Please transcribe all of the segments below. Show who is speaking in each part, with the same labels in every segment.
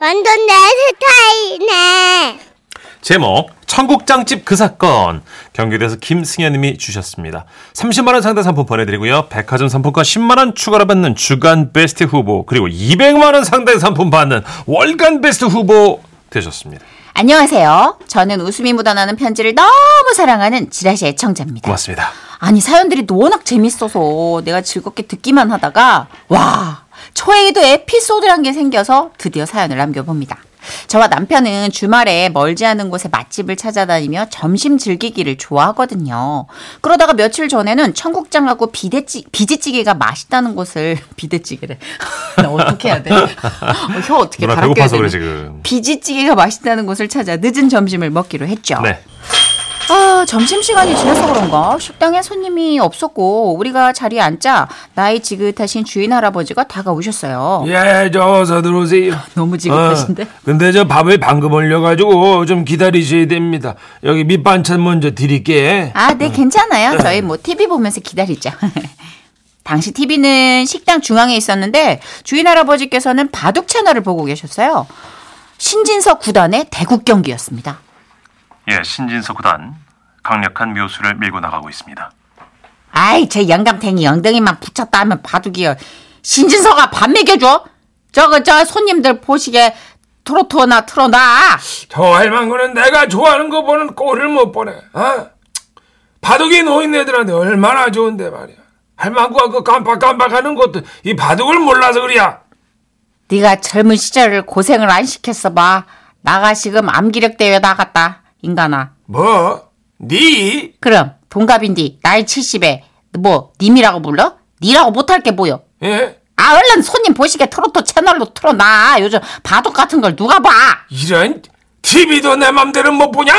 Speaker 1: 완전 내 스타일이네.
Speaker 2: 제목 청국장집 그 사건 경기도에서 김승현님이 주셨습니다. 30만 원 상당 상품 보내드리고요. 백화점 상품권 10만 원 추가로 받는 주간 베스트 후보 그리고 200만 원 상당 상품 받는 월간 베스트 후보 되셨습니다.
Speaker 3: 안녕하세요. 저는 웃음이 묻어나는 편지를 너무 사랑하는 지라시 애청자입니다.
Speaker 2: 고맙습니다.
Speaker 3: 아니 사연들이 워낙 재밌어서 내가 즐겁게 듣기만 하다가 와 저에게도 에피소드란 게 생겨서 드디어 사연을 남겨봅니다. 저와 남편은 주말에 멀지 않은 곳에 맛집을 찾아다니며 점심 즐기기를 좋아하거든요. 그러다가 며칠 전에는 청국장하고 비대찌, 비지찌개가 맛있다는 곳을 비대찌개래. 나 어떻게 해야 돼? 어, 혀 어떻게
Speaker 2: 누나
Speaker 3: 바람 껴야
Speaker 2: 배고파서 그래
Speaker 3: 되니?
Speaker 2: 지금.
Speaker 3: 비지찌개가 맛있다는 곳을 찾아 늦은 점심을 먹기로 했죠.
Speaker 2: 네.
Speaker 3: 아, 점심시간이 지나서 그런가? 식당에 손님이 없었고, 우리가 자리에 앉자, 나이 지긋하신 주인 할아버지가 다가오셨어요.
Speaker 4: 예, 저 어서 들어오세요.
Speaker 3: 너무 지긋하신데?
Speaker 4: 어, 근데 저 밥을 방금 올려가지고 좀 기다리셔야 됩니다. 여기 밑반찬 먼저 드릴게.
Speaker 3: 아, 네, 괜찮아요. 저희 뭐, TV 보면서 기다리죠. 당시 TV는 식당 중앙에 있었는데, 주인 할아버지께서는 바둑 채널을 보고 계셨어요. 신진서 구단의 대국 경기였습니다.
Speaker 2: 예, 신진서 구단 강력한 묘수를 밀고 나가고 있습니다.
Speaker 3: 아이, 제 영감탱이 엉덩이만 붙였다 하면 바둑이요. 신진서가 밥 먹여줘? 저거, 저 손님들 보시게 트로트나 틀어놔.
Speaker 4: 저 할망구는 내가 좋아하는 거 보는 꼴을 못 보네. 어? 바둑이 노인네들한테 얼마나 좋은데 말이야. 할망구가 그 깜빡깜빡하는 것도 이 바둑을 몰라서 그래야.
Speaker 3: 네가 젊은 시절을 고생을 안 시켰어 봐. 나가 지금 암기력 대회 나갔다. 인간아.
Speaker 4: 뭐? 니?
Speaker 3: 그럼 동갑인디 나이 70에 뭐 님이라고 불러? 니라고 못할 게 보여.
Speaker 4: 예?
Speaker 3: 아 얼른 손님 보시게 트로트 채널로 틀어놔. 요즘 바둑 같은 걸 누가 봐.
Speaker 4: 이런 TV도 내 맘대로 못 보냐?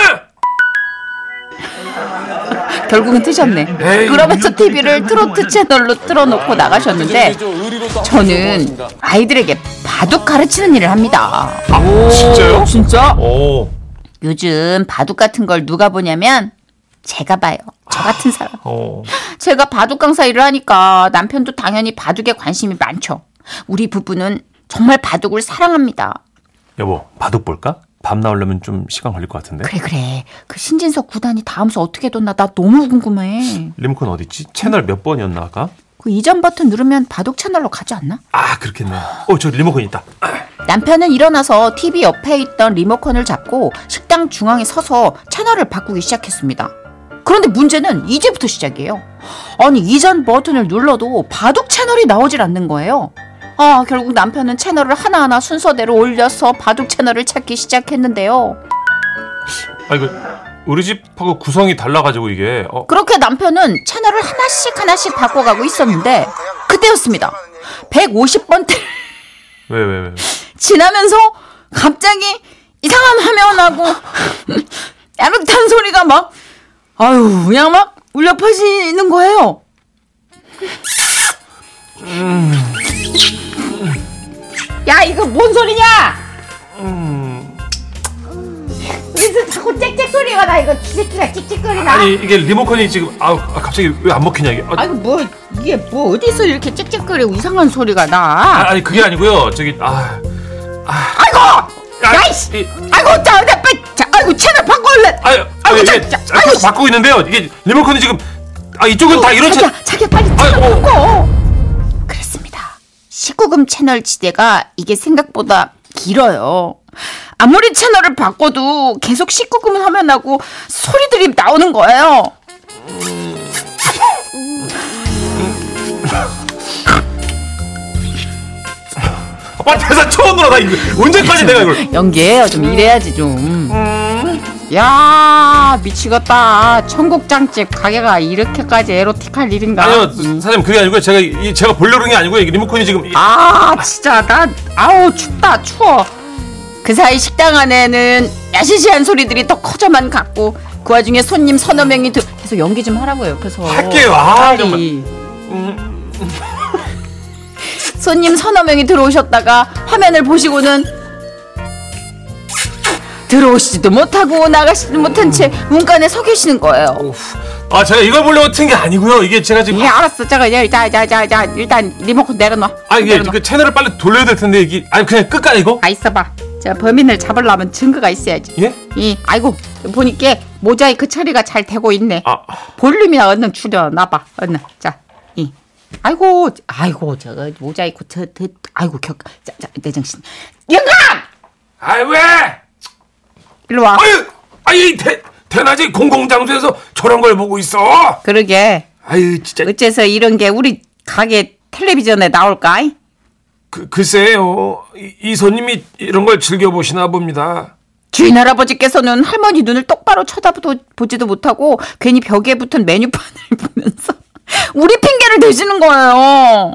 Speaker 3: 결국은 트셨네.
Speaker 4: 에이,
Speaker 3: 그러면서 TV를 트로트 채널로 틀어놓고 나가셨는데 저는 아이들에게 바둑 가르치는 일을 합니다.
Speaker 2: 진짜요?
Speaker 3: 진짜?
Speaker 2: 오,
Speaker 3: 요즘 바둑 같은 걸 누가 보냐면 제가 봐요. 저 같은 사람.
Speaker 2: 어.
Speaker 3: 제가 바둑 강사 일을 하니까 남편도 당연히 바둑에 관심이 많죠. 우리 부부는 정말 바둑을 사랑합니다.
Speaker 2: 여보 바둑 볼까? 밤 나오려면 좀 시간 걸릴 것 같은데.
Speaker 3: 그래 그래. 그 신진석 구단이 다음 수 어떻게 뒀나 나 너무 궁금해.
Speaker 2: 리모컨 어디 있지? 채널 몇 번이었나 아까?
Speaker 3: 그 이전 버튼 누르면 바둑 채널로 가지 않나?
Speaker 2: 아 그렇겠네. 어 저 리모컨 있다.
Speaker 3: 남편은 일어나서 TV 옆에 있던 리모컨을 잡고 식당 중앙에 서서 채널을 바꾸기 시작했습니다. 그런데 문제는 이제부터 시작이에요. 아니, 이전 버튼을 눌러도 바둑 채널이 나오질 않는 거예요. 아, 결국 남편은 채널을 하나하나 순서대로 올려서 바둑 채널을 찾기 시작했는데요.
Speaker 2: 아 이거 우리 집하고 구성이 달라가지고 이게 어,
Speaker 3: 그렇게 남편은 채널을 하나씩 하나씩 바꿔가고 있었는데, 그때였습니다. 150번째
Speaker 2: 왜 왜 왜? 왜?
Speaker 3: 지나면서 갑자기 이상한 화면하고 야릇한 소리가 막 아유 그냥 막 울려 퍼지는 거예요. 야 이거 뭔 소리냐? 음. 무슨 자꾸 짹짹 소리가 나 이거 기새끼가 짹짹거리나?
Speaker 2: 아니 이게 리모컨이 지금 아, 아, 갑자기 왜 안 먹히냐 이게. 아,
Speaker 3: 아이고 뭐 이게 뭐 어디서 이렇게 짹짹거리고 이상한 소리가 나?
Speaker 2: 아, 니 그게 아니고요. 저기 아
Speaker 3: 아이고
Speaker 2: 아,
Speaker 3: 야이씨
Speaker 2: 이-
Speaker 3: 아이고 자 내가 빨리 자 아이고 채널 바꿔올래
Speaker 2: 아유
Speaker 3: 아이고,
Speaker 2: 아유 이게
Speaker 3: 자, 자,
Speaker 2: 아,
Speaker 3: 아이고,
Speaker 2: 계속 바꾸고 있는데요. 이게 리모컨이 지금 아 이쪽은 다 이런 채.
Speaker 3: 자기야, 자기야 빨리
Speaker 2: 아이고.
Speaker 3: 찾아보고. 그렇습니다. 19금 채널 지대가 이게 생각보다 길어요. 아무리 채널을 바꿔도 계속 19금 화면하고 소리들이 나오는 거예요.
Speaker 2: 아 대사 처음 들어 나 이거 언제까지 내가 이걸.
Speaker 3: 연기해요. 좀 일해야지 좀. 야 미치겠다. 청국장집 가게가 이렇게까지 에로틱할 일인가?
Speaker 2: 아니요
Speaker 3: 음. 사장님,
Speaker 2: 사장님 그게 아니고요. 제가 이 제가 보려는 게 아니고요. 이게 리모컨이 지금 이-
Speaker 3: 아 진짜 나 아우 춥다 추워 그 사이 식당 안에는 야시시한 소리들이 더 커져만 갔고 그 와중에 손님 서너 명이 들... 계속 연기 좀 하라고 옆에서
Speaker 2: 할게요. 아 정말.
Speaker 3: 빨리. 손님 서너 명이 들어오셨다가 화면을 보시고는 들어오시지도 못하고 나가시지도 못한 채 문간에 서 계시는 거예요.
Speaker 2: 아 제가 이걸 보려고 튼 게 아니고요. 이게 제가 지금
Speaker 3: 예, 알았어. 잠깐, 야, 자, 자, 자, 자, 일단 리모컨 내려놔.
Speaker 2: 아 이게
Speaker 3: 내려놔.
Speaker 2: 그 채널을 빨리 돌려야 될 텐데 이게 아니 그냥 끝까지 이거
Speaker 3: 아 있어봐. 자, 범인을 잡으려면 증거가 있어야지.
Speaker 2: 예?
Speaker 3: 이, 아이고, 보니까 모자이크 처리가 잘 되고 있네.
Speaker 2: 아,
Speaker 3: 볼륨이나 얼른 줄여놔봐. 얼른. 자, 이. 아이고, 아이고, 저거 모자이크, 저, 저, 아이고, 격, 자, 자, 내 정신. 영감!
Speaker 4: 아이 왜?
Speaker 3: 일로 와.
Speaker 4: 아유, 아이 대, 대낮에 공공장소에서 저런 걸 보고 있어.
Speaker 3: 그러게.
Speaker 4: 아유 진짜
Speaker 3: 어째서 이런 게 우리 가게 텔레비전에 나올까? 이?
Speaker 4: 그, 글쎄요. 이, 이 손님이 이런 걸 즐겨 보시나 봅니다.
Speaker 3: 주인 할아버지께서는 할머니 눈을 똑바로 쳐다보지도 못하고 괜히 벽에 붙은 메뉴판을 보면서 우리 핑계를 대시는 거예요.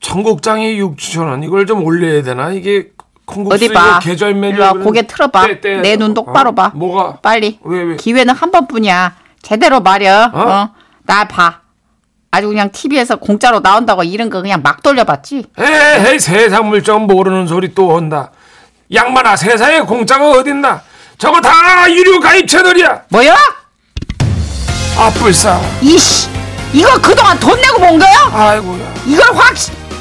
Speaker 4: 청국장이 6천 원 이걸 좀 올려야 되나 이게 콩국수
Speaker 3: 어디
Speaker 4: 이거
Speaker 3: 봐.
Speaker 4: 계절 메뉴
Speaker 3: 일로 와,
Speaker 4: 그런-
Speaker 3: 고개 틀어봐.
Speaker 4: 떼- 떼-
Speaker 3: 내 눈 똑바로
Speaker 4: 어?
Speaker 3: 봐.
Speaker 4: 뭐가
Speaker 3: 빨리.
Speaker 4: 왜 왜?
Speaker 3: 기회는 한 번뿐이야. 제대로 말여.
Speaker 4: 어?
Speaker 3: 어? 나 봐. 아주 그냥 TV에서 공짜로 나온다고 이런 거 그냥 막 돌려봤지.
Speaker 4: 에이 세상 물정 모르는 소리 또 한다. 양반아 세상에 공짜가 어딨나? 저거 다 유료 가입 채널이야.
Speaker 3: 뭐야?
Speaker 4: 아 불쌍.
Speaker 3: 이씨. 이거 그동안 돈 내고 본 거야?
Speaker 4: 아이고야.
Speaker 3: 이걸 확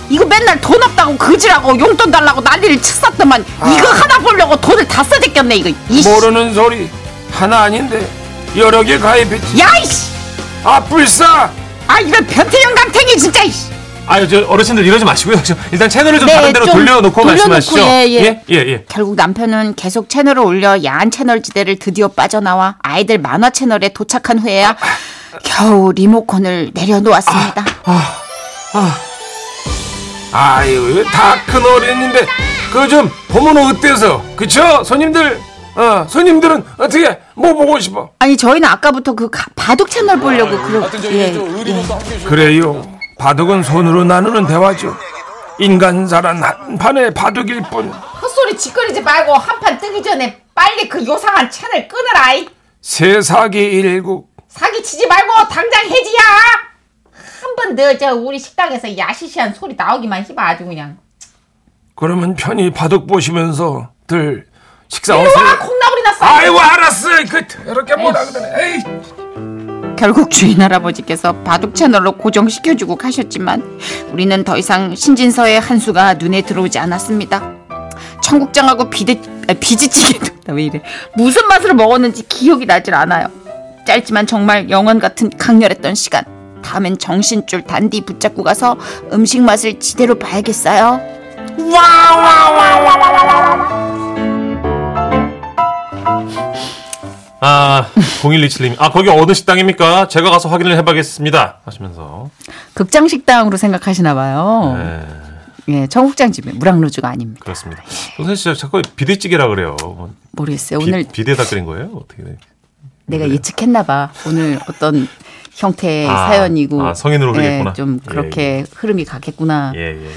Speaker 3: 이거 맨날 돈 없다고 그지라고 용돈 달라고 난리를 쳤었더만
Speaker 4: 아.
Speaker 3: 이거 하나 보려고 돈을 다 써댔겠네 이거. 이씨.
Speaker 4: 모르는 소리 하나 아닌데 여러 개 가입했지.
Speaker 3: 야 이씨.
Speaker 4: 아 불쌍.
Speaker 3: 아 이런 변태 영감탱이 진짜 이씨.
Speaker 2: 아유, 저 어르신들 이러지 마시고요. 저 일단 채널을 좀
Speaker 3: 네,
Speaker 2: 다른 데로
Speaker 3: 좀
Speaker 2: 돌려놓고,
Speaker 3: 돌려놓고,
Speaker 2: 말씀하시죠.
Speaker 3: 예, 예.
Speaker 2: 예, 예. 예.
Speaker 3: 결국 남편은 계속 채널을 올려 야한 채널 지대를 드디어 빠져나와 아이들 만화 채널에 도착한 후에야 겨우 리모컨을 내려놓았습니다.
Speaker 4: 아유 다 큰 어른인데 그거 좀 보면 어때서 그쵸 손님들 어 손님들은 어떻게 뭐 보고 싶어
Speaker 3: 아니 저희는 아까부터 그 가- 바둑 채널 보려고 그러 예, 예.
Speaker 4: 그래요 바둑은 손으로 나누는 대화죠 인간사란 한 판의 바둑일 뿐
Speaker 3: 헛소리 짓거리지 말고 한판 뜨기 전에 빨리 그 요상한 채널 끊어라.
Speaker 4: 세사기 일국
Speaker 3: 사기치지 말고 당장 해지야. 한 번 더 저 우리 식당에서 야시시한 소리 나오기만 해봐 아주 그냥.
Speaker 4: 그러면 편히 바둑 보시면서 들 식사 어서
Speaker 3: 콩나물이나
Speaker 4: 아이고 알았어 그 이렇게 뭐라 그러네 에이
Speaker 3: 결국 주인 할아버지께서 바둑 채널로 고정시켜주고 가셨지만 우리는 더 이상 신진서의 한수가 눈에 들어오지 않았습니다. 청국장하고 비대, 아, 비지찌개도 나왜 이래 무슨 맛으로 먹었는지 기억이 나질 않아요. 짧지만 정말 영원 같은 강렬했던 시간. 다음엔 정신줄 단디 붙잡고 가서 음식 맛을 지대로 봐야겠어요.
Speaker 2: 아, 0127님. 아, 거기 어느 식당입니까? 제가 가서 확인을 해봐야겠습니다. 하시면서.
Speaker 3: 극장 식당으로 생각하시나 봐요.
Speaker 2: 네,
Speaker 3: 예, 청국장집에 무랑루즈가 아닙니다.
Speaker 2: 그렇습니다. 선생님 진짜 자꾸 비대찌개라 그래요. 뭐
Speaker 3: 모르겠어요.
Speaker 2: 비,
Speaker 3: 오늘
Speaker 2: 비대다 끓인 거예요? 어떻게 돼?
Speaker 3: 내가 예측했나 봐. 오늘 어떤 형태의
Speaker 2: 아,
Speaker 3: 사연이고
Speaker 2: 아, 성인으로 흐르겠구나.
Speaker 3: 예, 좀
Speaker 2: 예,
Speaker 3: 그렇게 흐름이 가겠구나.
Speaker 2: 예, 예. 예.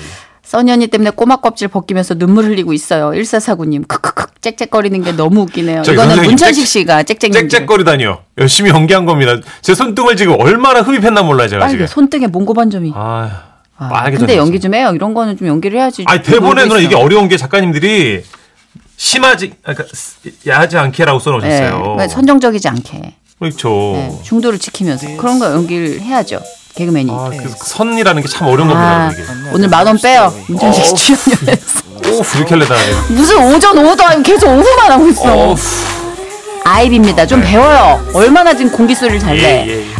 Speaker 3: 써니언니 때문에 꼬마 껍질 벗기면서 눈물 흘리고 있어요. 1449님 크크크 짹짹거리는 게 너무 웃기네요.
Speaker 2: 저기
Speaker 3: 이거는
Speaker 2: 선생님,
Speaker 3: 문천식
Speaker 2: 짹-
Speaker 3: 씨가 짹짹
Speaker 2: 짹짹거리다니요. 열심히 연기한 겁니다. 제 손등을 지금 얼마나 흡입했나 몰라요, 제가
Speaker 3: 빨개
Speaker 2: 지금.
Speaker 3: 손등에 몽고 반점이.
Speaker 2: 아,
Speaker 3: 아,
Speaker 2: 빨개
Speaker 3: 근데 연기 좀 해요. 이런 거는 좀 연기를 해야지.
Speaker 2: 아니, 대본에
Speaker 3: 놀고
Speaker 2: 누나 이게
Speaker 3: 있어.
Speaker 2: 어려운 게 작가님들이 심하지, 아, 그러니까 야하지 않게라고
Speaker 3: 예,
Speaker 2: 써놓으셨어요.
Speaker 3: 그러니까 선정적이지 않게
Speaker 2: 그렇죠.
Speaker 3: 예, 중도를 지키면서 그런 거 연기를 해야죠. 개그맨이. 네.
Speaker 2: 아, 그 선이라는 게 참 어려운
Speaker 3: 아,
Speaker 2: 겁니다, 이게.
Speaker 3: 오늘 만 원 빼요. 문천식 씨 출연료에서.
Speaker 2: 오, 이렇게 할래, 나.
Speaker 3: 무슨 오전 오후도 아니고 계속 오후만 하고 있어. 아이비입니다. 좀 배워요. 얼마나 지금 공기 소리를 잘 내.
Speaker 2: 네. 예, 예, 예.